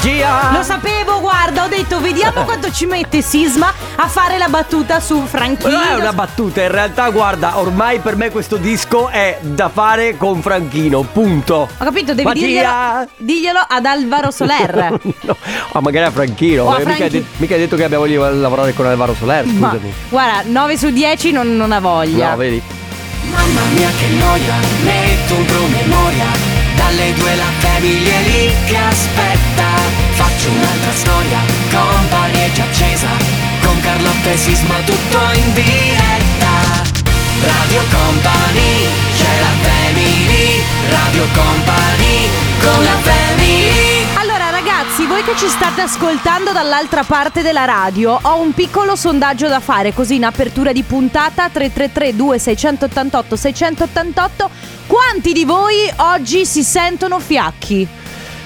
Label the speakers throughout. Speaker 1: Magia!
Speaker 2: Lo sapevo, guarda, ho detto, vediamo quanto ci mette Sisma a fare la battuta su Franchino.
Speaker 1: non Eh, è una battuta, in realtà guarda, ormai per me questo disco è da fare con Franchino, punto.
Speaker 2: Ho capito, devi
Speaker 1: Mattia!
Speaker 2: dirglielo, diglielo ad Alvaro Soler.
Speaker 1: no, ma magari a Franchino,
Speaker 2: O a
Speaker 1: eh, mica, hai
Speaker 2: Franchi-
Speaker 1: de- mica hai detto che abbiamo voglio lavorare con Alvaro Soler,
Speaker 2: Ma
Speaker 1: scusami.
Speaker 2: guarda, 9 su 10 non, non ha voglia.
Speaker 1: No, vedi?
Speaker 3: Mamma mia che noia, metto un promemoria Dalle due la famiglia è lì che aspetta Faccio un'altra storia, company è già accesa Con Carlotta e Sisma tutto in diretta Radio Company, c'è la family Radio Company, con la family
Speaker 2: Allora ragazzi, voi che ci state ascoltando dall'altra parte della radio, ho un piccolo sondaggio da fare così in apertura di puntata 333 2688 688. Quanti di voi oggi si sentono fiacchi?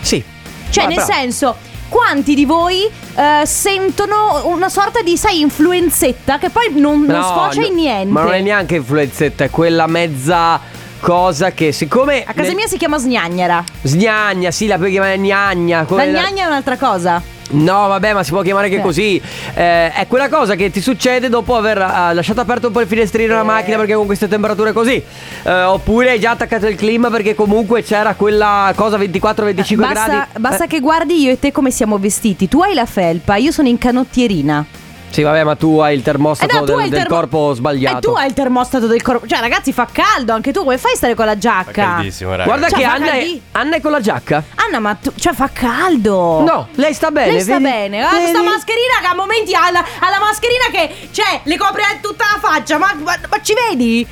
Speaker 1: Sì.
Speaker 2: Cioè,
Speaker 1: Ma
Speaker 2: nel
Speaker 1: però-
Speaker 2: senso, quanti di voi eh, sentono una sorta di, sai, influenzetta che poi non, non
Speaker 1: No,
Speaker 2: sfocia in
Speaker 1: no,
Speaker 2: niente?
Speaker 1: Ma non è neanche influenzetta, è quella mezza cosa che siccome...
Speaker 2: A casa
Speaker 1: ne-
Speaker 2: mia si chiama sgnagnara.
Speaker 1: Sgnagna, sì, la puoi chiamare gnagna.
Speaker 2: La
Speaker 1: come la-
Speaker 2: gnagna è un'altra cosa.
Speaker 1: No, vabbè, ma si può chiamare che
Speaker 2: Sì.
Speaker 1: così. Eh, è quella cosa che ti succede dopo aver eh, lasciato aperto un po' il finestrino della macchina perché con queste temperature così. Eh, oppure hai già attaccato il clima perché comunque c'era quella cosa 24-25
Speaker 2: Eh, Basta,
Speaker 1: gradi.
Speaker 2: basta
Speaker 1: Eh,
Speaker 2: che guardi io e te come siamo vestiti. Tu hai la felpa, io sono in canottierina.
Speaker 1: Sì, vabbè, ma tu hai il
Speaker 2: Eh
Speaker 1: termostato
Speaker 2: no, tu
Speaker 1: del,
Speaker 2: hai il
Speaker 1: del
Speaker 2: termo-
Speaker 1: corpo sbagliato.
Speaker 2: E tu hai il termostato del corpo. Cioè, ragazzi, fa caldo anche tu. Come fai a stare con la giacca?
Speaker 1: Guarda
Speaker 2: Cioè,
Speaker 1: che
Speaker 2: ma
Speaker 1: Anna è,
Speaker 2: Caldì-
Speaker 1: Anna è con la giacca.
Speaker 2: Anna, ma tu. Cioè, fa caldo.
Speaker 1: No, lei sta bene.
Speaker 2: Lei sta
Speaker 1: vedi?
Speaker 2: bene, guarda
Speaker 1: Vedi?
Speaker 2: questa mascherina che a momenti ha la, ha la mascherina che, cioè, le copre tutta la faccia, ma, ma- ma ci vedi?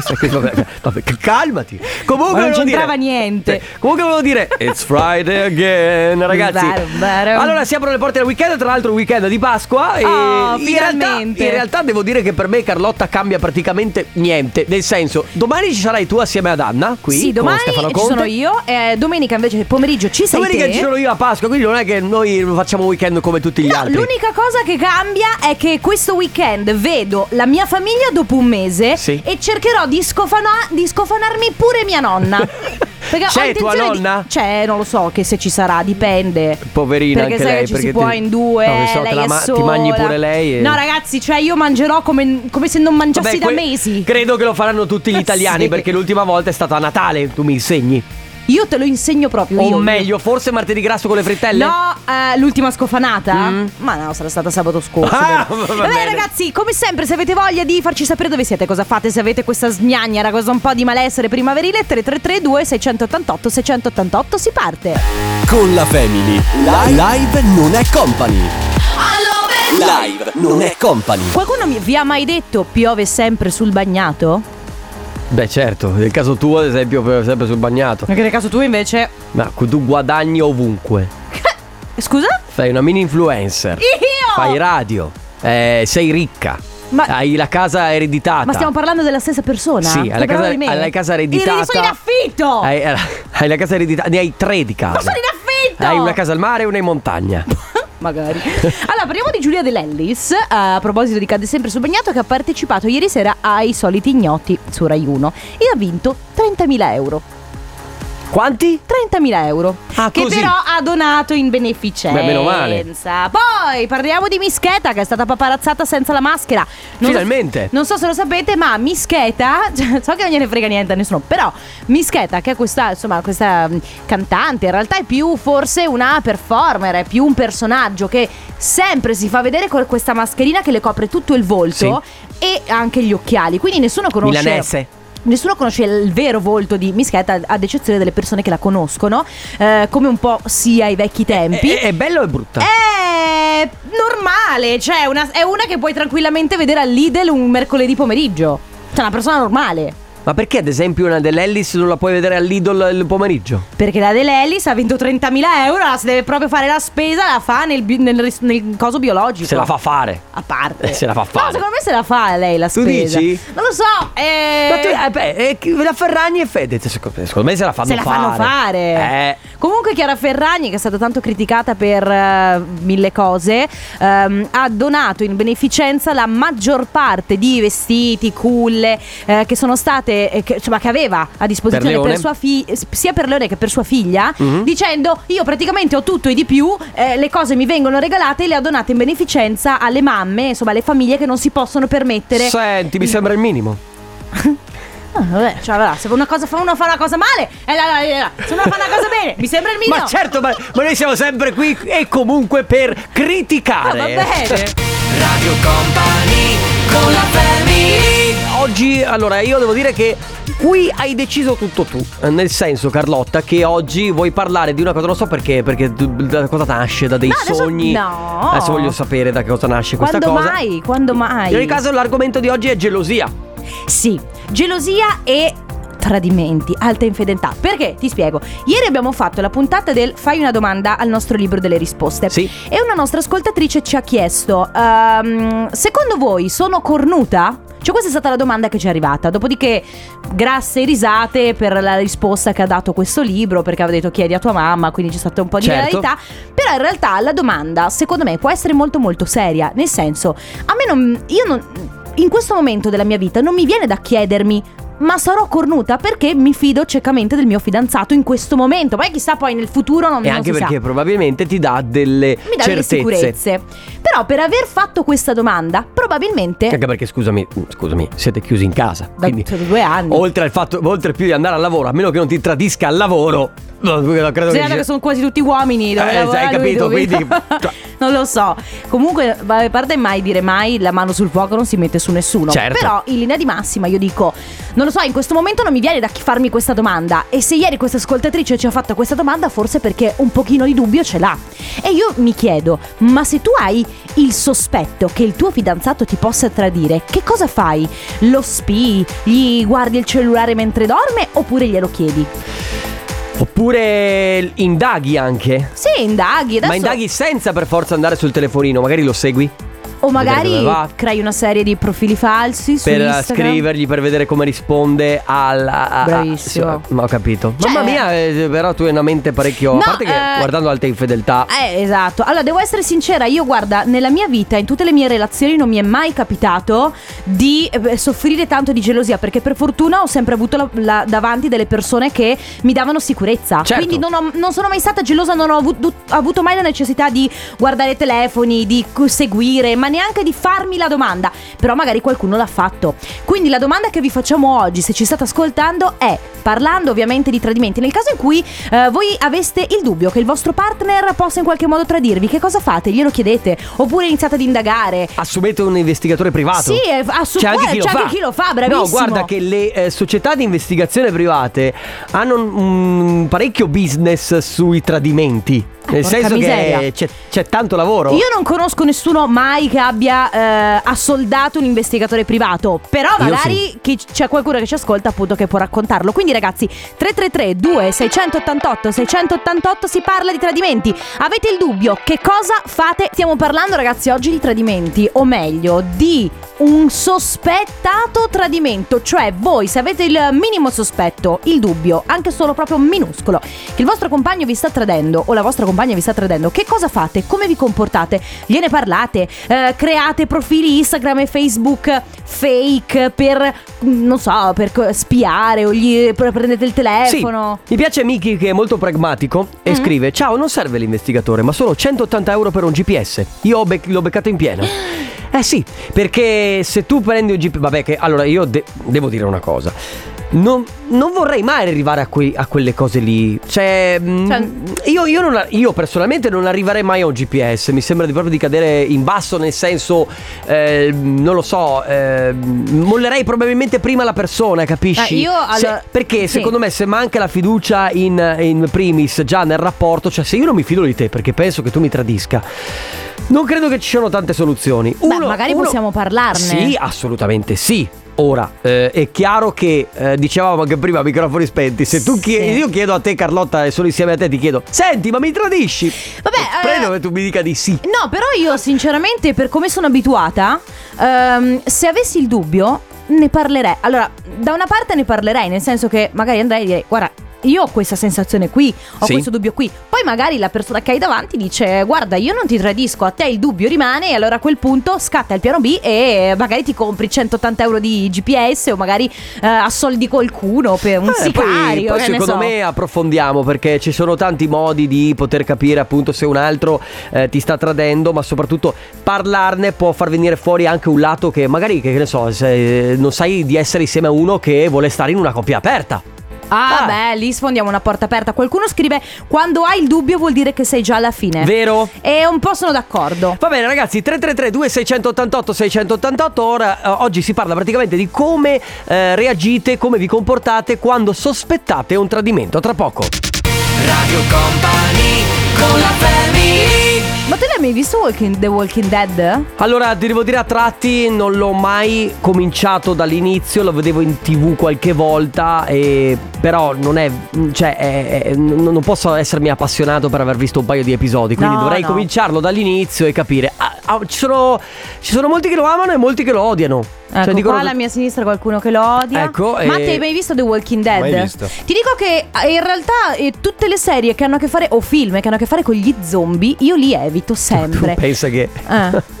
Speaker 1: Sai che- vabbè, vabbè, calmati. Comunque
Speaker 2: Ma non
Speaker 1: volevo dire-
Speaker 2: c'entrava niente.
Speaker 1: Eh, Comunque volevo dire It's Friday again, ragazzi.
Speaker 2: Vero, vero.
Speaker 1: Allora si aprono le porte del weekend, tra l'altro il weekend di Pasqua e
Speaker 2: Oh,
Speaker 1: in, realtà,
Speaker 2: finalmente.
Speaker 1: in realtà devo dire che per me Carlotta cambia praticamente niente, nel senso, domani ci sarai tu assieme ad Anna qui
Speaker 2: sì,
Speaker 1: con
Speaker 2: domani
Speaker 1: Stefano
Speaker 2: ci
Speaker 1: Conte.
Speaker 2: sono io, eh, domenica invece pomeriggio ci sei
Speaker 1: Domenica
Speaker 2: te.
Speaker 1: ci sono io a Pasqua, quindi non è che noi facciamo weekend come tutti gli
Speaker 2: No,
Speaker 1: altri.
Speaker 2: l'unica cosa che cambia è che questo weekend vedo la mia famiglia dopo un mese
Speaker 1: Sì.
Speaker 2: e cercherò di, scofana- di scofanarmi pure mia nonna. Perché ho
Speaker 1: C'è tua
Speaker 2: intenzione di-
Speaker 1: nonna?
Speaker 2: C'è, non lo so che se ci sarà, dipende.
Speaker 1: Poverina
Speaker 2: perché
Speaker 1: anche
Speaker 2: sai
Speaker 1: lei,
Speaker 2: che ci si
Speaker 1: perché
Speaker 2: può
Speaker 1: ti-
Speaker 2: in due, eh,
Speaker 1: No, so, te
Speaker 2: lei
Speaker 1: la
Speaker 2: è
Speaker 1: ma- ti
Speaker 2: sola.
Speaker 1: mangi pure lei e-
Speaker 2: No, ragazzi, cioè io mangerò come, come se non mangiassi
Speaker 1: Vabbè,
Speaker 2: Cioè, da
Speaker 1: que-
Speaker 2: mesi.
Speaker 1: Credo che lo faranno tutti gli
Speaker 2: Sì.
Speaker 1: italiani perché l'ultima volta è stata a Natale, tu mi insegni.
Speaker 2: Io te lo insegno proprio
Speaker 1: O
Speaker 2: io.
Speaker 1: meglio, forse martedì grasso con le frittelle?
Speaker 2: No, eh, l'ultima scofanata? Ma no, sarà stata sabato scorso.
Speaker 1: Mm. Ah,
Speaker 2: vero?
Speaker 1: va
Speaker 2: Vabbè,
Speaker 1: bene.
Speaker 2: ragazzi, come sempre, se avete voglia di farci sapere dove siete, cosa fate, se avete questa sgnagnara, cosa un po' di malessere primaverile, 3332 688 688 si parte.
Speaker 4: Con la Family. Live, non è company. Live non è company.
Speaker 2: Qualcuno mi- vi ha mai detto piove sempre sul bagnato?
Speaker 1: Beh, certo, nel caso tuo, ad esempio, per- sempre sul bagnato.
Speaker 2: Anche nel caso tu invece.
Speaker 1: Ma cu- tu guadagni ovunque.
Speaker 2: Scusa?
Speaker 1: Fai una mini influencer.
Speaker 2: Io?
Speaker 1: Fai Ah, radio. Eh, sei ricca.
Speaker 2: Ma-
Speaker 1: Hai la casa ereditata.
Speaker 2: Ma stiamo parlando della stessa persona? Cioè,
Speaker 1: Sì,
Speaker 2: Stai
Speaker 1: hai la casa,
Speaker 2: parlando di me?
Speaker 1: hai la casa
Speaker 2: Io
Speaker 1: ereditata.
Speaker 2: li sono in affitto!
Speaker 1: Hai, eh, hai la casa ereditata. Ne hai tre di casa.
Speaker 2: Ma sono in affitto!
Speaker 1: Hai una casa al mare e una in montagna.
Speaker 2: Magari. Allora, parliamo di Giulia Dell'Ellis. eh, A proposito di Cade Sempre sul Bagnato, che ha partecipato ieri sera ai soliti ignoti su Rai 1 e ha vinto 30.000 euro.
Speaker 1: Quanti?
Speaker 2: 30.000 euro
Speaker 1: Ah,
Speaker 2: che
Speaker 1: così.
Speaker 2: però ha donato in beneficenza.
Speaker 1: Beh, meno male.
Speaker 2: Poi parliamo di Mischeta che è stata paparazzata senza la maschera. so-
Speaker 1: Finalmente.
Speaker 2: non so se lo sapete, ma Mischeta, cioè, so che non gliene frega niente a nessuno, però Mischeta che è questa, insomma, questa mh, cantante, in realtà è più forse una performer, è più un personaggio che sempre si fa vedere con questa mascherina che le copre tutto il volto e anche gli occhiali, quindi nessuno conosce
Speaker 1: Milanese.
Speaker 2: Nessuno conosce il vero volto di Mischeta, ad eccezione delle persone che la conoscono, eh, come un po' sia ai vecchi tempi.
Speaker 1: È, è bello o è brutta?
Speaker 2: Eh,
Speaker 1: eh.
Speaker 2: È normale, cioè una- è una che puoi tranquillamente vedere al Lidl un mercoledì pomeriggio. Cioè una persona normale.
Speaker 1: Ma perché ad esempio una dell'Ellis non la puoi vedere all'idol il pomeriggio?
Speaker 2: Perché la Dell'Ellis ha vinto 30.000 euro, la si deve proprio fare la spesa, la fa nel, bi- nel ris- nel coso biologico.
Speaker 1: Se la fa fare.
Speaker 2: A parte.
Speaker 1: Se la fa
Speaker 2: No,
Speaker 1: fare.
Speaker 2: secondo me se la fa lei la
Speaker 1: Tu
Speaker 2: spesa.
Speaker 1: dici?
Speaker 2: Non lo so. eh,
Speaker 1: Ma tu, eh, beh, eh, chi- la Ferragni e Fedez, secondo me, secondo me se la fanno
Speaker 2: se la
Speaker 1: fare.
Speaker 2: fanno fare.
Speaker 1: Eh.
Speaker 2: Comunque Chiara Ferragni, che è stata tanto criticata per eh, mille cose, ehm, ha donato in beneficenza la maggior parte di vestiti, culle eh, che sono state scusate, eh, che, insomma, che aveva a disposizione per
Speaker 1: Leone. Mhm.
Speaker 2: sua fi- eh, sia per Leone che per sua figlia, dicendo io praticamente ho tutto e di più, eh, le cose mi vengono regalate e le ho donate in beneficenza alle mamme, insomma alle famiglie che non si possono permettere.
Speaker 1: Senti, mi sembra il minimo.
Speaker 2: Ah, vabbè, cioè, allora, se una cosa fa uno fa una cosa male, eh, là, là, là, là. se uno fa una cosa bene, mi sembra il minimo.
Speaker 1: Ma certo, ma, ma noi siamo sempre qui e comunque per
Speaker 2: Ah,
Speaker 1: criticare.
Speaker 2: va bene.
Speaker 3: Radio Company con la family
Speaker 1: Oggi, allora, io devo dire che qui hai deciso tutto tu. Eh, Nel senso, Carlotta, che oggi vuoi parlare di una cosa, non so perché, perché tu- da cosa nasce, da dei
Speaker 2: No, adesso-
Speaker 1: sogni.
Speaker 2: no.
Speaker 1: Adesso voglio sapere da che cosa nasce questa
Speaker 2: Quando
Speaker 1: cosa.
Speaker 2: mai? Quando mai?
Speaker 1: In ogni caso, l'argomento di oggi è gelosia.
Speaker 2: Sì, gelosia e tradimenti, alta infedeltà. Perché? Ti spiego. Ieri abbiamo fatto la puntata del Fai una domanda al nostro libro delle risposte.
Speaker 1: Sì.
Speaker 2: E una nostra ascoltatrice ci ha chiesto, ehm, secondo voi sono cornuta? Cioè questa è stata la domanda che ci è arrivata, dopodiché grasse risate per la risposta che ha dato questo libro, perché aveva detto chiedi a tua mamma, quindi c'è stata un po' di
Speaker 1: Certo.
Speaker 2: verità, però in realtà la domanda secondo me può essere molto molto seria, nel senso a me non. Io non. In questo momento della mia vita non mi viene da chiedermi. Ma sarò cornuta perché mi fido ciecamente del mio fidanzato in questo momento. Poi chissà poi nel futuro non,
Speaker 1: E
Speaker 2: non
Speaker 1: anche
Speaker 2: si sa.
Speaker 1: perché probabilmente ti dà delle
Speaker 2: mi dà delle
Speaker 1: certezze.
Speaker 2: sicurezze. Però per aver fatto questa domanda, probabilmente
Speaker 1: Anche perché scusami, scusami, siete chiusi in casa.
Speaker 2: Eh. da
Speaker 1: quindi
Speaker 2: due anni.
Speaker 1: oltre al fatto, oltre più di andare al lavoro, a meno che non ti tradisca al lavoro, no, credo che
Speaker 2: Considerando che sono quasi tutti uomini, dove
Speaker 1: Eh,
Speaker 2: lavora
Speaker 1: sai,
Speaker 2: lui,
Speaker 1: capito,
Speaker 2: dove-
Speaker 1: quindi- cioè-
Speaker 2: non lo so. Comunque, a parte mai dire mai, la mano sul fuoco non si mette su nessuno.
Speaker 1: Certo.
Speaker 2: Però, in linea di massima, io dico, non lo so, in questo momento non mi viene da chi farmi questa domanda. E se ieri questa ascoltatrice ci ha fatto questa domanda, forse perché un pochino di dubbio ce l'ha. E io mi chiedo, ma se tu hai il sospetto che il tuo fidanzato ti possa tradire, che cosa fai? Lo spii? Gli guardi il cellulare mentre dorme? Oppure glielo chiedi?
Speaker 1: Oppure indaghi anche.
Speaker 2: Sì, indaghi. Adesso...
Speaker 1: Ma indaghi senza per forza andare sul telefonino, magari lo segui
Speaker 2: O
Speaker 1: Vedere
Speaker 2: magari
Speaker 1: dove va.
Speaker 2: crei una serie di profili falsi su
Speaker 1: per
Speaker 2: Instagram.
Speaker 1: scrivergli, per vedere come risponde al. a- a- a-
Speaker 2: Bravissimo.
Speaker 1: sì, ma ho capito.
Speaker 2: Cioè-
Speaker 1: Mamma mia, eh, però tu hai una mente parecchio.
Speaker 2: No,
Speaker 1: a parte che
Speaker 2: eh,
Speaker 1: guardando altre infedeltà.
Speaker 2: Eh, esatto. Allora, devo essere sincera, io guarda, nella mia vita, in tutte le mie relazioni non mi è mai capitato di eh, soffrire tanto di gelosia, perché per fortuna ho sempre avuto la- la- davanti delle persone che mi davano sicurezza.
Speaker 1: Certo.
Speaker 2: Quindi non, ho- non sono mai stata gelosa, non ho avuto, avuto mai la necessità di guardare i telefoni, di cu- seguire, ma neanche di farmi la domanda. Però magari qualcuno l'ha fatto. Quindi la domanda che vi facciamo oggi, se ci state ascoltando, è, parlando ovviamente di tradimenti, nel caso in cui eh, voi aveste il dubbio che il vostro partner possa in qualche modo tradirvi, che cosa fate? Glielo chiedete? Oppure iniziate ad indagare?
Speaker 1: Assumete un investigatore privato.
Speaker 2: Sì, eh, assu-
Speaker 1: C'è Cioè, anche
Speaker 2: eh,
Speaker 1: chi lo
Speaker 2: c'è
Speaker 1: fa.
Speaker 2: anche chi lo fa, bravissimo.
Speaker 1: No, guarda che le eh, società di investigazione private hanno mm, parecchio business sui tradimenti. Nel
Speaker 2: porca
Speaker 1: senso
Speaker 2: miseria.
Speaker 1: che c'è, c'è tanto lavoro.
Speaker 2: Io non conosco nessuno mai che abbia eh, assoldato un investigatore privato, però
Speaker 1: Io
Speaker 2: magari chi- c'è qualcuno che ci ascolta appunto che può raccontarlo. Quindi ragazzi, 333 2688 688 si parla di tradimenti. Avete il dubbio che cosa fate? Stiamo parlando ragazzi oggi di tradimenti, o meglio di un sospettato tradimento, cioè voi se avete il minimo sospetto, il dubbio, anche solo proprio minuscolo, che il vostro compagno vi sta tradendo o la vostra compagna vi sta tradendo, che cosa fate? Come vi comportate? Gliene parlate? Eh, create profili Instagram e Facebook fake per, mh, non so, per co- spiare o gli pre- prendete il
Speaker 1: Sì,
Speaker 2: telefono? Mm-hmm.
Speaker 1: mi piace Miki che è molto pragmatico e scrive Ciao, non serve l'investigatore, ma solo 180 euro per un GPS. Io ho bec- l'ho beccato in pieno. Eh sì, perché se tu prendi un GPS... Vabbè, che allora io de- devo dire una cosa. Non, non vorrei mai arrivare a, quei- a quelle cose lì. Cioè, mm,
Speaker 2: Cioè-
Speaker 1: io, io non- io personalmente non arriverei mai a un GPS. Mi sembra di proprio di cadere in basso, nel senso, eh, non lo so, eh, mollerei probabilmente prima la persona, capisci?
Speaker 2: Eh, io,
Speaker 1: Se-
Speaker 2: allora-
Speaker 1: perché
Speaker 2: sì.
Speaker 1: secondo me me se manca la fiducia in, in primis già nel rapporto, cioè se io non mi fido di te perché penso che tu mi tradisca, non credo che ci siano tante soluzioni.
Speaker 2: Beh, magari possiamo parlarne.
Speaker 1: Sì, assolutamente sì. Ora, eh, è chiaro che eh, dicevamo anche prima, microfoni spenti, se tu
Speaker 2: Sì.
Speaker 1: chiedi, io chiedo a te Carlotta e solo insieme a te ti chiedo, senti ma mi tradisci?
Speaker 2: Vabbè,
Speaker 1: Prendo
Speaker 2: eh,
Speaker 1: che tu mi dica di sì.
Speaker 2: No, però io sinceramente, per come sono abituata, ehm, se avessi il dubbio, ne parlerei. Allora, da una parte ne parlerei, nel senso che magari andrei a dire, guarda, io ho questa sensazione qui, ho
Speaker 1: Sì.
Speaker 2: questo dubbio qui. Poi magari la persona che hai davanti dice guarda io non ti tradisco, a te il dubbio rimane e allora a quel punto scatta il piano B e magari ti compri 180 euro di GPS o magari eh, assoldi qualcuno per
Speaker 1: Eh,
Speaker 2: un
Speaker 1: poi-
Speaker 2: sicario.
Speaker 1: poi
Speaker 2: che ne
Speaker 1: secondo
Speaker 2: so.
Speaker 1: me approfondiamo perché ci sono tanti modi di poter capire appunto se un altro eh, ti sta tradendo, ma soprattutto parlarne può far venire fuori anche un lato che magari, che, che ne so, se- eh, non sai di essere insieme a uno che vuole stare in una coppia aperta.
Speaker 2: Ah,
Speaker 1: Ah.
Speaker 2: beh, lì sfondiamo una porta aperta. Qualcuno scrive: Quando hai il dubbio vuol dire che sei già alla fine.
Speaker 1: Vero?
Speaker 2: e un po' sono d'accordo.
Speaker 1: Va bene ragazzi, 333-2688-688, ora eh, oggi si parla praticamente di come eh, reagite, come vi comportate quando sospettate un tradimento. Tra poco.
Speaker 3: Radio Company con la family
Speaker 2: Ma te l'hai mai visto Walking- The Walking Dead?
Speaker 1: Allora, ti devo dire a tratti, non l'ho mai cominciato dall'inizio, lo vedevo in tv qualche volta, e- però non è, cioè, è- è- non non posso essermi appassionato per aver visto un paio di episodi, quindi
Speaker 2: No,
Speaker 1: dovrei
Speaker 2: no.
Speaker 1: cominciarlo dall'inizio e capire. Ah, ah, ci, sono, ci sono molti che lo amano e molti che lo odiano.
Speaker 2: Ecco,
Speaker 1: Cioè, dicono-
Speaker 2: qua alla mia sinistra qualcuno che lo odia.
Speaker 1: Ecco,
Speaker 2: Ma
Speaker 1: e-
Speaker 2: te hai mai visto The Walking Dead?
Speaker 5: Mai visto.
Speaker 2: Ti dico che eh, in realtà eh, tutte le serie che hanno a che fare, o film che hanno a che fare con gli zombie, io li evito
Speaker 1: Cioè, Tu
Speaker 2: sempre.
Speaker 1: pensa che...
Speaker 2: Eh.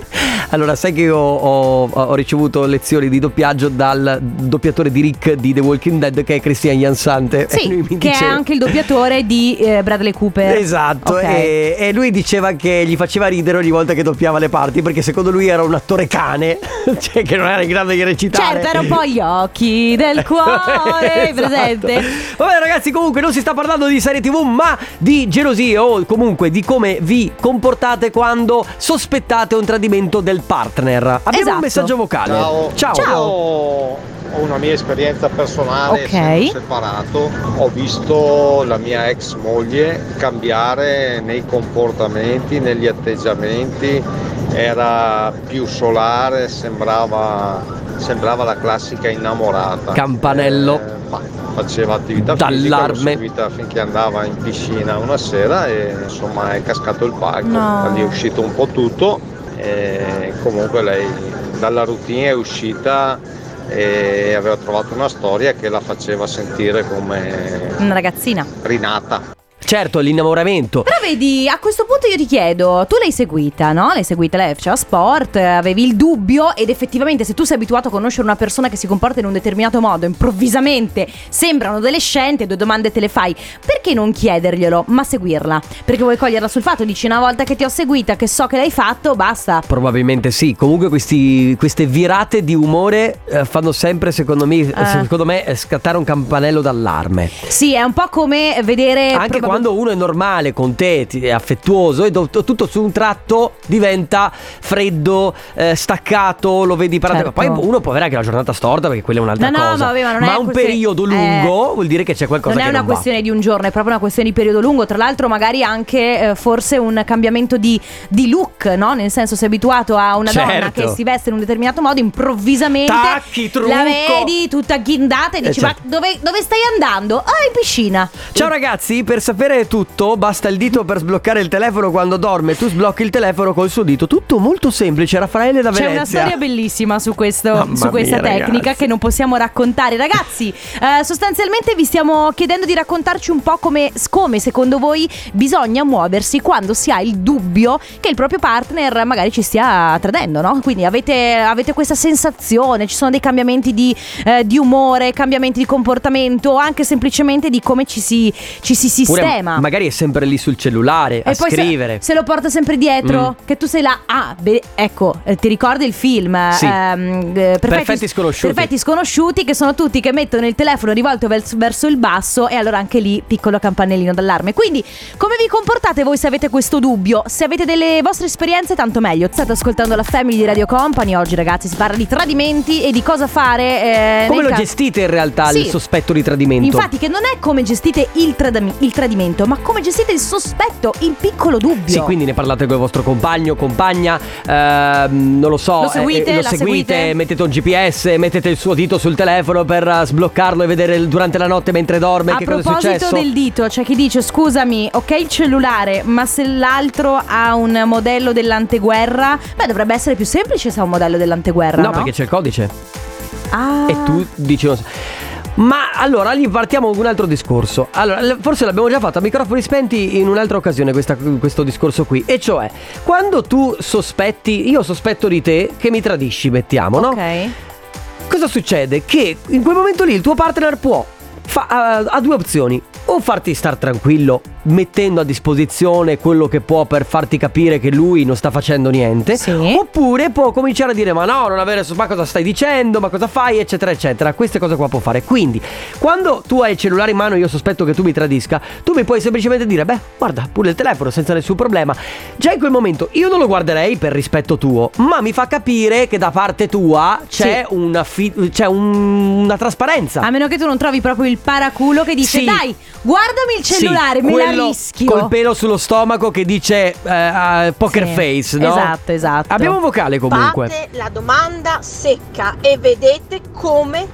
Speaker 1: Allora, sai che io ho, ho ricevuto lezioni di doppiaggio dal doppiatore di Rick di The Walking Dead che è Christian Jansante. E lui
Speaker 2: Sì,
Speaker 1: mi
Speaker 2: che è
Speaker 1: dice-
Speaker 2: anche il doppiatore di eh, Bradley Cooper.
Speaker 1: Esatto,
Speaker 2: Ok.
Speaker 1: e, e lui diceva che gli faceva ridere ogni volta che doppiava le parti perché secondo lui era un attore cane, cioè che non era in grado di recitare.
Speaker 2: Certo, erano poi gli occhi del cuore,
Speaker 1: Esatto.
Speaker 2: presente?
Speaker 1: Vabbè ragazzi, comunque non si sta parlando di serie TV, ma di gelosie o comunque di come vi comportate quando sospettate un tradimento del partner. Abbiamo
Speaker 2: Esatto.
Speaker 1: un messaggio vocale.
Speaker 6: Ciao.
Speaker 1: Ciao.
Speaker 6: Ho ho una mia esperienza personale,
Speaker 2: Ok.
Speaker 6: essendo separato, ho visto la mia ex moglie cambiare nei comportamenti, negli atteggiamenti, era più solare, sembrava, sembrava la classica innamorata.
Speaker 1: Campanello.
Speaker 6: Eh, ma faceva attività fisica, l'ho
Speaker 1: D'allarme.
Speaker 6: seguita finché andava in piscina una sera e insomma è cascato il palco,
Speaker 2: No.
Speaker 6: da lì è uscito un po' tutto e comunque lei dalla routine è uscita e aveva trovato una storia che la faceva sentire come
Speaker 2: Una ragazzina.
Speaker 6: rinata.
Speaker 1: Certo, l'innamoramento.
Speaker 2: Però vedi, a questo punto io ti chiedo, tu l'hai seguita, no? L'hai seguita, lei faceva sport, eh, avevi il dubbio ed effettivamente se tu sei abituato a conoscere una persona che si comporta in un determinato modo, improvvisamente sembra un adolescente, due domande te le fai, perché non chiederglielo, ma seguirla? Perché vuoi coglierla sul fatto, dici una volta che ti ho seguita, che so che l'hai fatto, basta.
Speaker 1: Probabilmente sì, comunque questi- queste virate di umore eh, fanno sempre, secondo me,
Speaker 2: Eh.
Speaker 1: secondo me, eh, scattare un campanello d'allarme.
Speaker 2: Sì, è un po' come vedere...
Speaker 1: Anche
Speaker 2: Eh, probabil-
Speaker 1: quando uno è normale con te, ti- è affettuoso e do- tutto su un tratto diventa freddo, eh, staccato, lo vedi parlare.
Speaker 2: Certo.
Speaker 1: Poi uno può avere anche la giornata storta perché quella è un'altra
Speaker 2: No, no,
Speaker 1: cosa.
Speaker 2: ma vabbè, ma non è
Speaker 1: un
Speaker 2: questione- Eh.
Speaker 1: periodo lungo vuol dire che c'è qualcosa
Speaker 2: non è
Speaker 1: che
Speaker 2: una
Speaker 1: non va.
Speaker 2: questione di un giorno, è proprio una questione di periodo lungo. Tra l'altro, magari anche eh, forse un cambiamento di, di look, no? Nel senso, sei abituato a una donna
Speaker 1: Certo.
Speaker 2: che si veste in un determinato modo, improvvisamente
Speaker 1: Tacchi, trucco.
Speaker 2: la vedi tutta ghindata e dici:
Speaker 1: certo.
Speaker 2: Ma dove, dove stai andando? Ah, in piscina.
Speaker 1: Ciao ragazzi, per sapere tutto basta il dito per sbloccare il telefono quando dorme. Tu sblocchi il telefono col suo dito. Tutto molto semplice, Raffaele da
Speaker 2: C'è
Speaker 1: Venezia.
Speaker 2: una storia bellissima su, questo-
Speaker 1: Mamma
Speaker 2: su questa
Speaker 1: mia,
Speaker 2: tecnica
Speaker 1: ragazzi.
Speaker 2: che non possiamo raccontare. Ragazzi, eh, sostanzialmente vi stiamo chiedendo di raccontarci un po' come, come secondo voi bisogna muoversi quando si ha il dubbio che il proprio partner magari ci stia tradendo, no? Quindi avete, avete questa sensazione, ci sono dei cambiamenti di, eh, di umore, cambiamenti di comportamento, anche semplicemente di come ci si, ci si
Speaker 1: Oppure
Speaker 2: sistema.
Speaker 1: Magari è sempre lì sul cellulare a
Speaker 2: poi se-
Speaker 1: scrivere. Mm.
Speaker 2: Se, lo porta sempre dietro, che tu sei là. Ah, beh, ecco, eh, ti ricordi il film?
Speaker 1: Sì.
Speaker 2: ehm, eh,
Speaker 1: Perfetti sconosciuti.
Speaker 2: Perfetti sconosciuti, che sono tutti che mettono il telefono rivolto vers- verso il basso, e allora anche lì piccolo campanellino d'allarme. Quindi, come vi comportate voi se avete questo dubbio? Se avete delle vostre esperienze, tanto meglio. State ascoltando la Family di Radio Company. Oggi, ragazzi, si parla di tradimenti e di cosa fare. eh,
Speaker 1: Come
Speaker 2: nel
Speaker 1: lo
Speaker 2: caso-
Speaker 1: gestite in realtà
Speaker 2: Sì.
Speaker 1: il sospetto di tradimento?
Speaker 2: Infatti, che non è come gestite il, tradami- il tradimento, ma come gestite il sospetto, il piccolo dubbio.
Speaker 1: Sì, quindi ne parlate con il vostro compagno, compagna, ehm, non lo so,
Speaker 2: Lo seguite,
Speaker 1: lo
Speaker 2: la
Speaker 1: seguite,
Speaker 2: seguite?
Speaker 1: mettete un GPS, mettete il suo dito sul telefono per eh, sbloccarlo e vedere il- durante la notte mentre dorme
Speaker 2: A
Speaker 1: che cosa è
Speaker 2: proposito
Speaker 1: successo.
Speaker 2: del dito, c'è chi dice scusami, ok il cellulare, ma se l'altro ha un modello dell'anteguerra, beh dovrebbe essere più semplice se ha un modello dell'anteguerra. No,
Speaker 1: No, perché c'è il codice
Speaker 2: Ah.
Speaker 1: e tu dici non so. Ma allora lì partiamo con un altro discorso. Allora, l- forse l'abbiamo già fatto a microfoni spenti in un'altra occasione questa- questo discorso qui. E cioè, quando tu sospetti, io sospetto di te che mi tradisci, mettiamo, no?
Speaker 2: Ok.
Speaker 1: Cosa succede? Che in quel momento lì il tuo partner può. fa- ha, ha due opzioni. O farti star tranquillo, mettendo a disposizione quello che può per farti capire che lui non sta facendo niente.
Speaker 2: Sì.
Speaker 1: Oppure può cominciare a dire: Ma no, non avere. so- Ma cosa stai dicendo? Ma cosa fai? Eccetera, eccetera. Queste cose qua può fare. Quindi, quando tu hai il cellulare in mano, io sospetto che tu mi tradisca. Tu mi puoi semplicemente dire: Beh, guarda pure il telefono senza nessun problema. Già in quel momento io non lo guarderei per rispetto tuo, ma mi fa capire che da parte tua c'è, una, fi- c'è un- una trasparenza.
Speaker 2: A meno che tu non trovi proprio il paraculo che dice
Speaker 1: Sì.
Speaker 2: dai, guardami il
Speaker 1: Sì,
Speaker 2: cellulare, me la
Speaker 1: quello
Speaker 2: rischio.
Speaker 1: Col pelo sullo stomaco che dice eh, ah, poker
Speaker 2: Sì,
Speaker 1: face, no?
Speaker 2: esatto, esatto.
Speaker 1: Abbiamo un vocale comunque.
Speaker 5: Fate la domanda secca e vedete come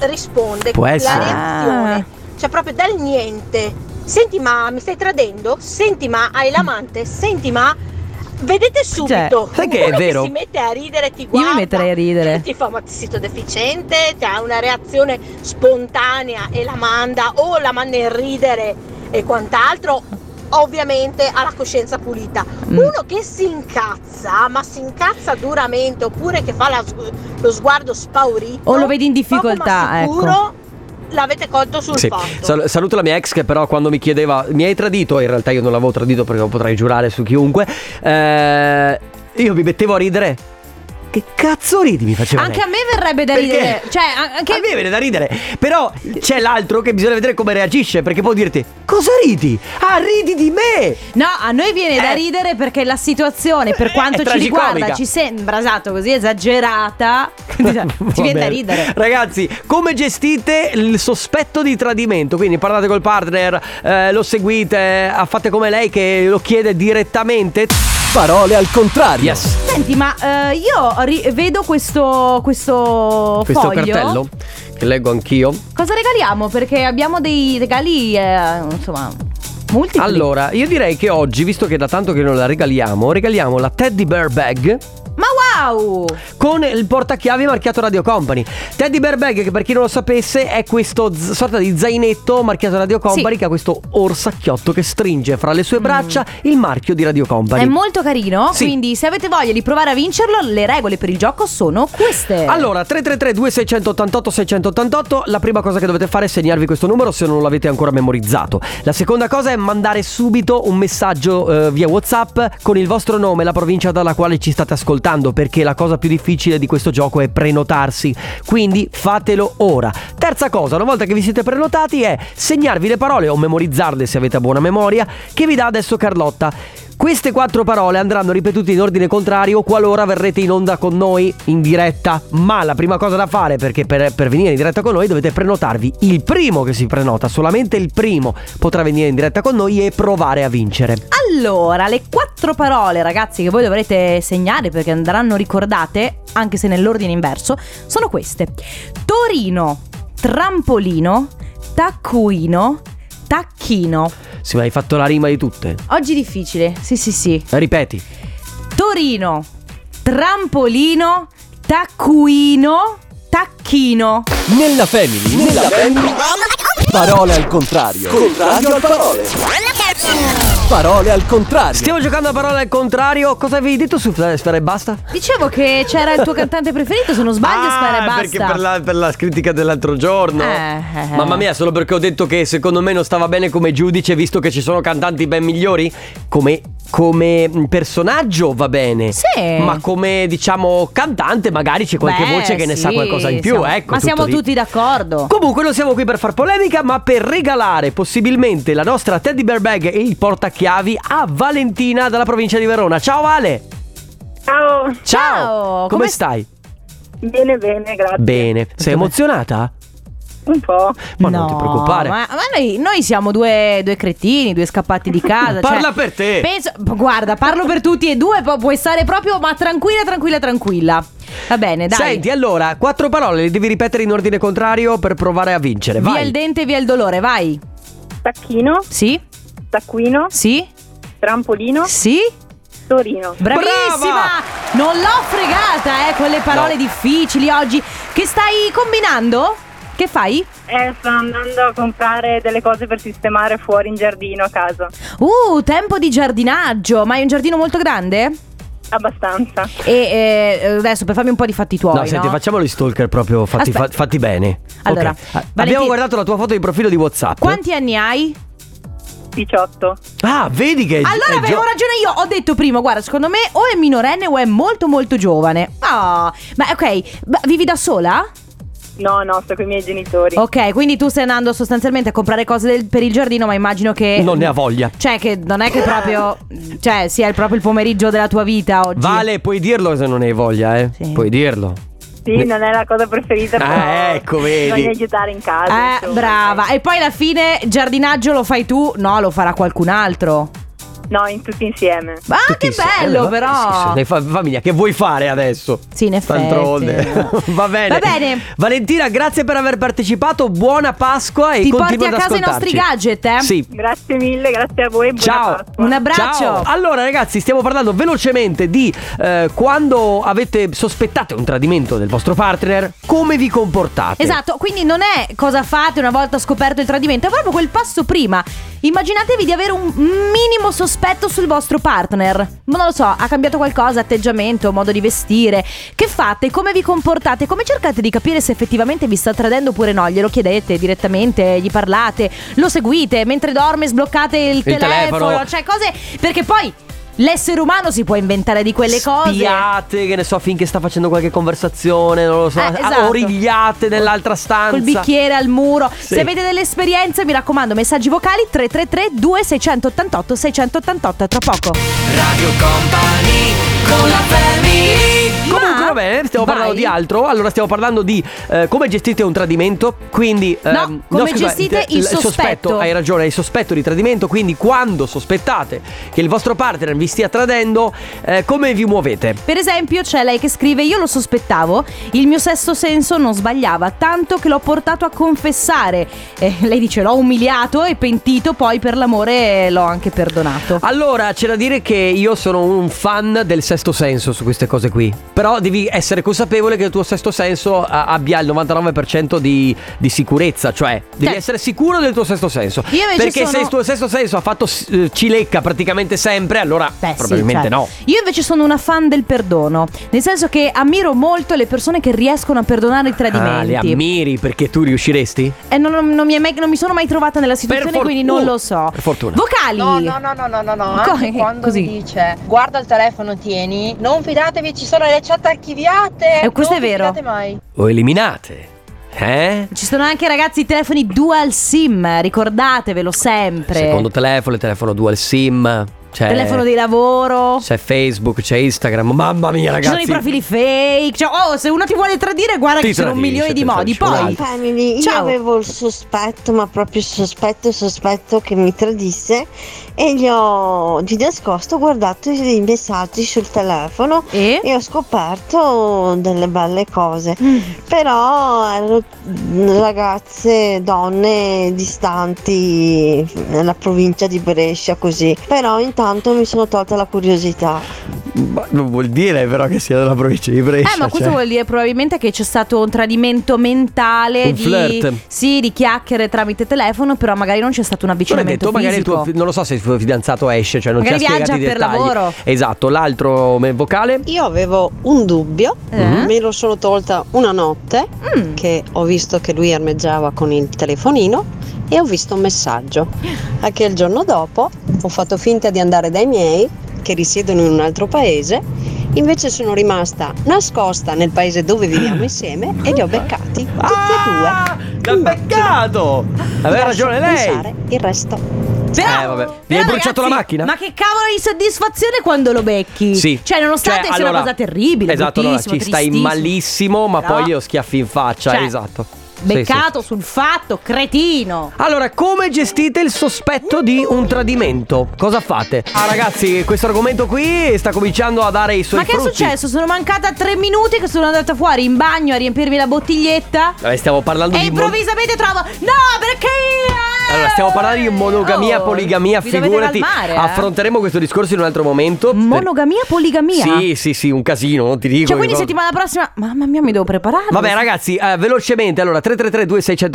Speaker 5: risponde
Speaker 1: Può essere.
Speaker 5: la reazione. Cioè proprio dal niente. Senti ma mi stai tradendo? Senti ma hai l'amante? Senti ma vedete subito.
Speaker 1: Cioè, sai che è
Speaker 5: Uno
Speaker 1: vero?
Speaker 5: si mette a ridere ti
Speaker 2: mi
Speaker 5: guarda.
Speaker 2: metterei a ridere.
Speaker 5: Ti fa ma ti sito deficiente, ha una reazione spontanea e la manda o la manda in ridere e quant'altro. Ovviamente ha la coscienza pulita.
Speaker 2: Mm.
Speaker 5: Uno che si incazza, ma si incazza duramente, oppure che fa la s- lo sguardo spaurito.
Speaker 2: O lo vedi in difficoltà, ecco.
Speaker 5: poco ma sicuro l'avete colto sul
Speaker 1: Sì.
Speaker 5: fatto.
Speaker 1: Sal- saluto la mia ex che però quando mi chiedeva mi hai tradito, in realtà io non l'avevo tradito perché lo potrei giurare su chiunque, eh, io mi mettevo a ridere. Che cazzo ridi mi faceva?
Speaker 2: Anche
Speaker 1: lei.
Speaker 2: a me verrebbe da
Speaker 1: Perché?
Speaker 2: ridere. Cioè, a- anche
Speaker 1: A me viene da ridere, però c'è l'altro che bisogna vedere come reagisce perché può dirti cosa ridi? Ah, ridi di me!
Speaker 2: No, a noi viene da
Speaker 1: Eh.
Speaker 2: ridere perché la situazione, per
Speaker 1: Eh,
Speaker 2: quanto
Speaker 1: è
Speaker 2: ci riguarda,
Speaker 1: tragicomica.
Speaker 2: ci sembra esatto così esagerata. cioè, ci viene da
Speaker 1: Vabbè.
Speaker 2: ridere.
Speaker 1: Ragazzi, come gestite il sospetto di tradimento? Quindi parlate col partner, eh, lo seguite, eh, fate come lei che lo chiede direttamente.
Speaker 4: Parole al contrario.
Speaker 1: Yes.
Speaker 2: Senti, ma eh, io ri- vedo questo, questo,
Speaker 1: Questo
Speaker 2: foglio.
Speaker 1: cartello che leggo anch'io.
Speaker 2: Cosa regaliamo? Perché abbiamo dei regali, eh, insomma, multipli.
Speaker 1: Allora, io direi che oggi, visto che da tanto che non la regaliamo, regaliamo la Teddy Bear Bag
Speaker 2: Ma wow!
Speaker 1: con il portachiavi marchiato Radio Company. Teddy Bear Bag, che per chi non lo sapesse, è questo z- sorta di zainetto marchiato Radio Company
Speaker 2: Sì.
Speaker 1: che ha questo orsacchiotto che stringe fra le sue braccia il marchio di Radio Company.
Speaker 2: Mm. È molto carino,
Speaker 1: Sì.
Speaker 2: quindi se avete voglia di provare a vincerlo, le regole per il gioco sono queste.
Speaker 1: Allora, 333-2688-688, la prima cosa che dovete fare è segnarvi questo numero se non l'avete ancora memorizzato. La seconda cosa è mandare subito un messaggio eh, via WhatsApp con il vostro nome e la provincia dalla quale ci state ascoltando, perché la cosa più difficile di questo gioco è prenotarsi. Quindi fatelo ora. Terza cosa, una volta che vi siete prenotati, è segnarvi le parole o memorizzarle se avete buona memoria, che vi dà adesso Carlotta. Queste quattro parole andranno ripetute in ordine contrario qualora verrete in onda con noi in diretta. Ma la prima cosa da fare, perché per, per venire in diretta con noi dovete prenotarvi. Il primo che si prenota, solamente il primo, potrà venire in diretta con noi e provare a vincere.
Speaker 2: Allora, le quattro parole, ragazzi, che voi dovrete segnare perché andranno ricordate, anche se nell'ordine inverso, sono queste: Torino, trampolino, taccuino, tacchino.
Speaker 1: Sì, ma hai fatto la rima di tutte.
Speaker 2: Oggi difficile. Sì, sì, sì.
Speaker 1: Ripeti.
Speaker 2: Torino, trampolino, taccuino, tacchino.
Speaker 4: Nella family. Nella family. Parole al contrario. Contrario al parole. Parole al contrario.
Speaker 1: Stiamo giocando a parole al contrario. Cosa avevi detto su Fla- Sfera e Basta?
Speaker 2: Dicevo che c'era il tuo cantante preferito, se non sbaglio, spera e basta.
Speaker 1: Ah, perché per la, per la critica dell'altro giorno.
Speaker 2: Eh, eh.
Speaker 1: Mamma mia, solo perché ho detto che secondo me non stava bene come giudice, visto che ci sono cantanti ben migliori. Come, come personaggio va bene.
Speaker 2: Sì.
Speaker 1: Ma come, diciamo, cantante, magari c'è qualche
Speaker 2: Beh,
Speaker 1: voce che ne sa
Speaker 2: sì,
Speaker 1: qualcosa in più.
Speaker 2: siamo-
Speaker 1: ecco,
Speaker 2: ma
Speaker 1: tutto
Speaker 2: siamo
Speaker 1: lì.
Speaker 2: tutti d'accordo.
Speaker 1: Comunque non siamo qui per far polemica, ma per regalare possibilmente la nostra Teddy Bear Bag e il portachiavi a Valentina dalla provincia di Verona. Ciao Ale!
Speaker 7: Ciao,
Speaker 2: Ciao,
Speaker 1: Come,
Speaker 2: come
Speaker 1: stai?
Speaker 7: bene, bene, grazie.
Speaker 1: Bene. Sei emozionata?
Speaker 7: Un po'.
Speaker 1: Ma non ti preoccupare.
Speaker 2: Ma, ma noi, noi siamo due, due cretini, due scappati di casa.
Speaker 1: Parla
Speaker 2: cioè,
Speaker 1: per te.
Speaker 2: penso- guarda, parlo per tutti e due. poi Puoi stare proprio, ma tranquilla, tranquilla, tranquilla. Va bene, dai.
Speaker 1: Senti, allora, quattro parole le devi ripetere in ordine contrario per provare a vincere.
Speaker 2: via
Speaker 1: Vai.
Speaker 2: il dente, via il dolore, vai.
Speaker 7: Tacchino,
Speaker 2: Sì,
Speaker 7: taccuino,
Speaker 2: sì,
Speaker 7: trampolino,
Speaker 2: sì.
Speaker 7: Torino.
Speaker 2: Bravissima! Non l'ho fregata, eh, con le parole
Speaker 1: No.
Speaker 2: difficili oggi. Che stai combinando? Che fai?
Speaker 7: Eh, sto andando a comprare delle cose per sistemare fuori in giardino a casa.
Speaker 2: Uh, tempo di giardinaggio. Ma hai un giardino molto grande?
Speaker 7: Abbastanza.
Speaker 2: E eh, adesso per farmi un po' di fatti tuoi.
Speaker 1: No, senti, facciamo gli stalker proprio fatti,
Speaker 2: Aspetta.
Speaker 1: fa- fatti bene.
Speaker 2: Allora,
Speaker 1: Ok. Ah, abbiamo
Speaker 2: Valentina-
Speaker 1: guardato la tua foto di profilo di WhatsApp.
Speaker 2: Quanti anni hai?
Speaker 7: 18.
Speaker 1: Ah, vedi che. è-
Speaker 2: Allora
Speaker 1: è
Speaker 2: avevo
Speaker 1: gio-
Speaker 2: ragione io, ho detto prima, guarda, secondo me o è minorenne o è molto molto giovane. Ah, ma ok, ma vivi da sola?
Speaker 7: No, no, sto con i miei genitori.
Speaker 2: Ok, quindi tu stai andando sostanzialmente a comprare cose del- per il giardino, ma immagino che...
Speaker 1: Non ne ha voglia.
Speaker 2: Cioè che non è che proprio... cioè sia il- proprio il pomeriggio della tua vita oggi.
Speaker 1: Vale, puoi dirlo se non hai voglia, eh.
Speaker 2: Sì.
Speaker 1: Puoi dirlo.
Speaker 7: Sì, non è la cosa preferita, però
Speaker 1: Ah, ecco, vedi.
Speaker 7: bisogna aiutare in casa.
Speaker 2: Eh,
Speaker 7: insomma.
Speaker 2: brava. E poi alla fine giardinaggio lo fai tu? No, lo farà qualcun altro.
Speaker 7: No, in tutti insieme.
Speaker 2: Ma
Speaker 1: Tutti
Speaker 2: Ah, che
Speaker 1: insieme. Eh,
Speaker 2: bello
Speaker 1: Vabbè, sì,
Speaker 2: però.
Speaker 1: sì, dai, fa- famiglia, che vuoi fare adesso?
Speaker 2: Sì, in effetti.
Speaker 1: D'altronde. Va bene.
Speaker 2: Va bene.
Speaker 1: Valentina, grazie per aver partecipato. Buona Pasqua e
Speaker 2: Ti porti
Speaker 1: continua
Speaker 2: a
Speaker 1: ad
Speaker 2: casa i nostri
Speaker 1: ascoltarci.
Speaker 2: gadget, eh?
Speaker 1: Sì.
Speaker 7: Grazie mille, grazie a voi. e Buona
Speaker 1: Ciao.
Speaker 7: Pasqua.
Speaker 2: Un abbraccio.
Speaker 1: Ciao. Allora ragazzi, stiamo parlando velocemente di eh, quando avete sospettato un tradimento del vostro partner, come vi comportate.
Speaker 2: Esatto, quindi non è cosa fate una volta scoperto il tradimento, è proprio quel passo prima. Immaginatevi di avere un minimo sospetto sul vostro partner. Ma non lo so, ha cambiato qualcosa, atteggiamento, modo di vestire. Che fate? Come vi comportate? Come cercate di capire se effettivamente vi sta tradendo oppure no? Glielo chiedete direttamente, gli parlate, lo seguite, mentre dorme sbloccate il,
Speaker 1: telefono.
Speaker 2: cioè cose perché poi l'essere umano si può inventare di quelle cose.
Speaker 1: Spiate, che ne so, finché sta facendo qualche conversazione, non lo so, ah,
Speaker 2: Eh, esatto.
Speaker 1: origliate nell'altra stanza.
Speaker 2: Col bicchiere al muro. Se avete delle esperienze, mi raccomando, messaggi vocali 333 2688 688 a tra poco.
Speaker 3: Radio Company con la family
Speaker 1: Comunque
Speaker 2: Ma-
Speaker 1: va bene, stiamo
Speaker 2: vai.
Speaker 1: parlando di altro. Allora stiamo parlando di eh, come gestite un tradimento, quindi
Speaker 2: No,
Speaker 1: ehm,
Speaker 2: come
Speaker 1: scusa,
Speaker 2: gestite
Speaker 1: eh,
Speaker 2: il sospetto.
Speaker 1: Hai ragione, è il sospetto di tradimento, quindi quando sospettate che il vostro partner vi stia tradendo, eh, come vi muovete?
Speaker 2: Per esempio, c'è lei che scrive: Io lo sospettavo, il mio sesto senso non sbagliava, tanto che l'ho portato a confessare. Eh, lei dice: L'ho umiliato e pentito, poi per l'amore eh, l'ho anche perdonato.
Speaker 1: Allora, c'è da dire che io sono un fan del sesto senso su queste cose qui. Però devi essere consapevole che il tuo sesto senso a- abbia il 99% di, di sicurezza. Cioè, devi
Speaker 2: Sì.
Speaker 1: essere sicuro del tuo sesto senso.
Speaker 2: Io invece
Speaker 1: Perché se
Speaker 2: sono-
Speaker 1: il tuo sesto senso ha fatto eh, cilecca praticamente sempre, allora
Speaker 2: Beh, sì,
Speaker 1: probabilmente
Speaker 2: cioè.
Speaker 1: no.
Speaker 2: Io invece sono una fan del perdono, nel senso che ammiro molto le persone che riescono a perdonare i
Speaker 1: Ah,
Speaker 2: tradimenti.
Speaker 1: le ammiri perché tu riusciresti?
Speaker 2: Eh, non, non- non mi è mai- non mi sono mai trovata nella situazione,
Speaker 1: fort-
Speaker 2: quindi non
Speaker 1: uh,
Speaker 2: lo so.
Speaker 1: per fortuna.
Speaker 2: Vocali.
Speaker 8: No, no, no, no, no, no, no.
Speaker 2: Co- eh,
Speaker 8: Anche quando
Speaker 2: così.
Speaker 8: mi dice guarda il telefono, tieni, non fidatevi, ci sono le chat archiviate.
Speaker 2: Eh, questo
Speaker 8: non
Speaker 2: è
Speaker 8: vi
Speaker 2: vero.
Speaker 8: fidate mai.
Speaker 1: O eliminate? Eh?
Speaker 2: Ci sono anche ragazzi i telefoni dual sim, ricordatevelo sempre.
Speaker 1: Secondo telefono, il telefono dual sim. cioè, C'è,
Speaker 2: Telefono di lavoro.
Speaker 1: c'è Facebook, c'è Instagram. Mamma mia,
Speaker 2: Ci sono
Speaker 1: ragazzi.
Speaker 2: i profili fake. Cioè, oh, se uno ti vuole tradire, guarda
Speaker 1: Ti
Speaker 2: che ci sono un
Speaker 1: tradisce,
Speaker 2: milione di modi.
Speaker 1: pensarci,
Speaker 2: Poi.
Speaker 1: guarda.
Speaker 9: Family,
Speaker 2: Ciao.
Speaker 9: io avevo il sospetto, ma proprio il sospetto, il sospetto che mi tradisse e gli ho di nascosto guardato i messaggi sul telefono
Speaker 2: E?
Speaker 9: e ho scoperto delle belle cose.
Speaker 2: Mm.
Speaker 9: Però erano ragazze, donne distanti nella provincia di Brescia così. Però intanto mi sono tolta la curiosità.
Speaker 1: Ma non vuol dire però che sia della provincia di Brescia.
Speaker 2: Eh, ma questo
Speaker 1: cioè.
Speaker 2: vuol dire probabilmente che c'è stato un tradimento mentale
Speaker 1: Un
Speaker 2: di
Speaker 1: flirt.
Speaker 2: Sì, di chiacchiere tramite telefono, però magari non c'è stato un
Speaker 1: Non è
Speaker 2: avvicinamento
Speaker 1: detto, magari il
Speaker 2: fisico.
Speaker 1: tuo, non lo so se il tuo fidanzato esce, cioè non
Speaker 2: Magari
Speaker 1: ci ha
Speaker 2: viaggia
Speaker 1: spiegato i
Speaker 2: per
Speaker 1: dettagli.
Speaker 2: lavoro.
Speaker 1: Esatto, l'altro me- vocale.
Speaker 10: Io avevo un dubbio,
Speaker 2: Eh?
Speaker 1: Mm-hmm.
Speaker 10: me lo sono tolta una notte
Speaker 2: Mm.
Speaker 10: che ho visto che lui armeggiava con il telefonino e ho visto un messaggio. A che il giorno dopo ho fatto finta di andare dai miei che risiedono in un altro paese, invece sono rimasta nascosta nel paese dove viviamo insieme e li ho beccati tutti
Speaker 1: Ah,
Speaker 10: e due.
Speaker 1: l'ha
Speaker 10: in macchina.
Speaker 1: beccato! Aveva
Speaker 10: Lascia
Speaker 1: ragione
Speaker 10: pensare
Speaker 1: lei.
Speaker 10: Il resto
Speaker 2: Però,
Speaker 1: Eh, vabbè. Mi
Speaker 2: però,
Speaker 1: hai bruciato la macchina? Cioè,
Speaker 2: Ma che cavolo di soddisfazione quando lo becchi?
Speaker 1: Sì.
Speaker 2: Cioè, nonostante sia
Speaker 1: allora-
Speaker 2: una cosa terribile,
Speaker 1: Esatto, allora,
Speaker 2: bruttissima,
Speaker 1: ci stai
Speaker 2: tristissima,
Speaker 1: malissimo, ma
Speaker 2: però
Speaker 1: poi glielo schiaffi in faccia,
Speaker 2: Cioè,
Speaker 1: esatto. Sì, sì.
Speaker 2: Beccato sul fatto, cretino.
Speaker 1: Allora, come gestite il sospetto di un tradimento? Cosa fate? Ah, ragazzi, questo argomento qui sta cominciando a dare i suoi
Speaker 2: Ma che è
Speaker 1: frutti.
Speaker 2: successo? Sono mancata tre minuti che sono andata fuori in bagno a riempirmi la bottiglietta.
Speaker 1: Vabbè, Eh, stiamo parlando
Speaker 2: E
Speaker 1: di mo-
Speaker 2: improvvisamente trovo. No, perché? eh!"
Speaker 1: Allora, stiamo parlando di monogamia,
Speaker 2: Oh,
Speaker 1: poligamia,
Speaker 2: vi dovete
Speaker 1: figurati.
Speaker 2: calmare, eh.
Speaker 1: Affronteremo questo discorso in un altro momento. per-
Speaker 2: Monogamia, poligamia.
Speaker 1: Sì, sì, sì, un casino, non ti dico.
Speaker 2: Cioè,
Speaker 1: che
Speaker 2: quindi
Speaker 1: cosa-
Speaker 2: settimana prossima. Mamma mia, mi devo preparare.
Speaker 1: Vabbè ragazzi, eh, velocemente, allora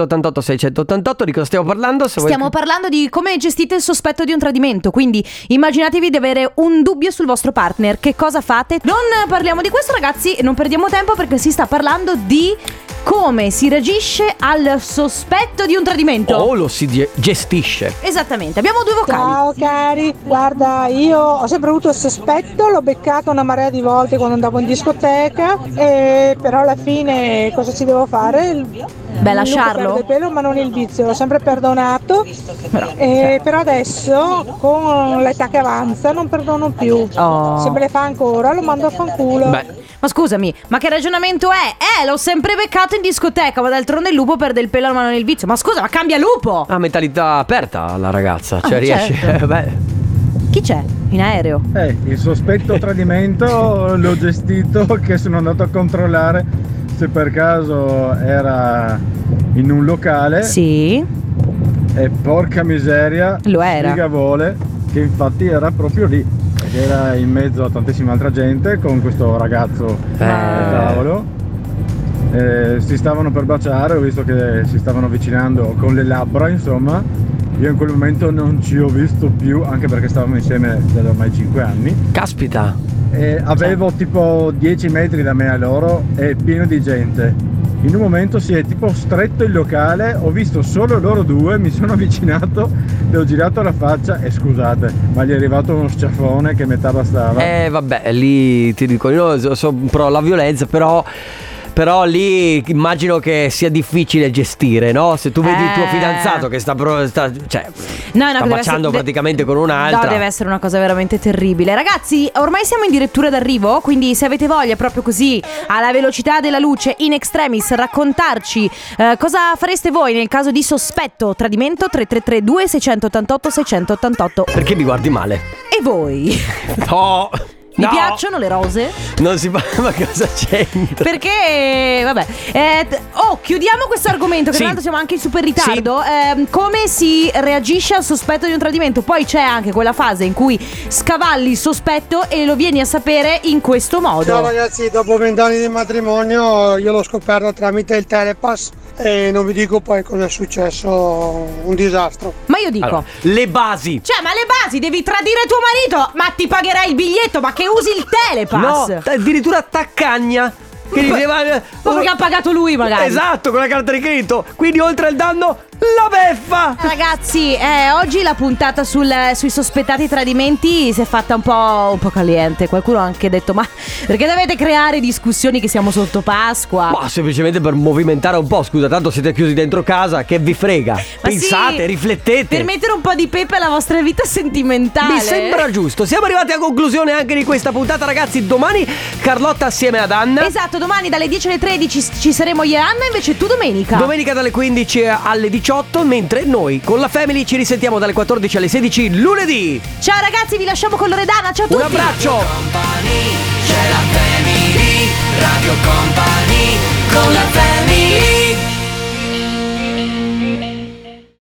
Speaker 1: 333-2688-688, di cosa stiamo parlando? Se vuoi-
Speaker 2: Stiamo parlando di come gestite il sospetto di un tradimento, quindi immaginatevi di avere un dubbio sul vostro partner, che cosa fate? Non parliamo di questo ragazzi, non perdiamo tempo perché si sta parlando di come si reagisce al sospetto di un tradimento.
Speaker 1: O Oh, lo si ge- gestisce.
Speaker 2: Esattamente, abbiamo due vocali.
Speaker 11: Ciao cari, guarda io ho sempre avuto il sospetto, l'ho beccato una marea di volte quando andavo in discoteca, e però alla fine cosa ci devo fare? Il- il
Speaker 2: lasciarlo?
Speaker 11: lupo perde pelo ma non il vizio, l'ho sempre perdonato, e però adesso con l'età che avanza non perdono più, se me le fa ancora lo mando a fanculo.
Speaker 2: Ma scusami, ma che ragionamento è? Eh, l'ho sempre beccato in discoteca, ma d'altronde il lupo perde il pelo alla mano nel vizio. Ma scusa, ma cambia lupo!
Speaker 1: Ha mentalità aperta la ragazza, cioè
Speaker 2: Ah,
Speaker 1: riesce...
Speaker 2: certo.
Speaker 1: Beh,
Speaker 2: Chi c'è? In aereo.
Speaker 12: Eh, il sospetto tradimento l'ho gestito che sono andato a controllare se per caso era in un locale.
Speaker 2: Sì.
Speaker 12: E porca miseria,
Speaker 2: Lo era.
Speaker 12: Figavole, che infatti era proprio lì. ed era in mezzo a tantissima altra gente con questo ragazzo
Speaker 1: Eh,
Speaker 2: Eh.
Speaker 12: al tavolo. Eh, si stavano per baciare, ho visto che si stavano avvicinando con le labbra, insomma. Io in quel momento non ci ho visto più, anche perché stavamo insieme da ormai 5 anni.
Speaker 1: Caspita!
Speaker 12: E avevo tipo 10 metri da me a loro e pieno di gente. In un momento si è tipo stretto il locale, ho visto solo loro due, mi sono avvicinato, le ho girato la faccia e scusate, ma gli è arrivato uno sciaffone che metà bastava.
Speaker 1: Eh vabbè, lì ti dico, io so- sono pro la violenza, però... Però lì immagino che sia difficile gestire, no? Se tu vedi il tuo
Speaker 2: Eh.
Speaker 1: fidanzato che sta, pro- sta- cioè,
Speaker 2: No, no,
Speaker 1: sta
Speaker 2: che deve
Speaker 1: baciando
Speaker 2: essere-
Speaker 1: praticamente con un'altra.
Speaker 2: No, deve essere una cosa veramente terribile. Ragazzi, ormai siamo in direttura d'arrivo, quindi se avete voglia proprio così, alla velocità della luce, in extremis, raccontarci eh, cosa fareste voi nel caso di sospetto o tradimento 3332 688 688.
Speaker 1: Perché mi guardi male?
Speaker 2: E voi?
Speaker 1: No!
Speaker 2: Vi
Speaker 1: no,
Speaker 2: piacciono le rose?
Speaker 1: Non si fa, ma cosa c'entra?
Speaker 2: Perché, vabbè, eh, t- oh, chiudiamo questo argomento.
Speaker 1: Sì.
Speaker 2: Che tra l'altro siamo anche in super ritardo. Ehm, come si reagisce al sospetto di un tradimento? Poi c'è anche quella fase in cui scavalli il sospetto e lo vieni a sapere in questo
Speaker 13: Ciao
Speaker 2: modo.
Speaker 13: ragazzi, dopo vent'anni di matrimonio io l'ho scoperto tramite il telepass e non vi dico poi cosa è successo, un disastro.
Speaker 2: Ma io dico.
Speaker 1: Allora, le basi.
Speaker 2: Cioè, ma le basi, devi tradire tuo marito, ma ti pagherai il biglietto, ma che usi il telepass?
Speaker 1: No, addirittura taccagna. Che
Speaker 2: Beh,
Speaker 1: diceva. eh,
Speaker 2: ma perché ha pagato lui, magari.
Speaker 1: Esatto, con la carta di credito. Quindi, oltre al danno, la beffa.
Speaker 2: Ragazzi, eh, oggi la puntata sul- sui sospettati tradimenti si è fatta un po', un po' caliente. Qualcuno ha anche detto: Ma perché dovete creare discussioni che siamo sotto Pasqua?
Speaker 1: Ma semplicemente per movimentare un po'. Scusa, tanto siete chiusi dentro casa. Che vi frega?
Speaker 2: Ma
Speaker 1: Pensate,
Speaker 2: sì,
Speaker 1: riflettete.
Speaker 2: Per mettere un po' di pepe alla vostra vita sentimentale.
Speaker 1: Mi sembra
Speaker 2: eh.
Speaker 1: giusto. Siamo arrivati a conclusione anche di questa puntata, ragazzi. Domani Carlotta assieme ad Anna.
Speaker 2: Esatto, domani dalle 10 alle 13 ci- ci saremo io e Anna, invece tu domenica.
Speaker 1: Domenica dalle 15 alle 18, mentre noi con la Family ci risentiamo dalle 14 alle 16 lunedì.
Speaker 2: Ciao ragazzi, vi lasciamo con Loredana. Ciao a tutti.
Speaker 1: Un abbraccio.
Speaker 3: C'è la family, Radio Company, con la family.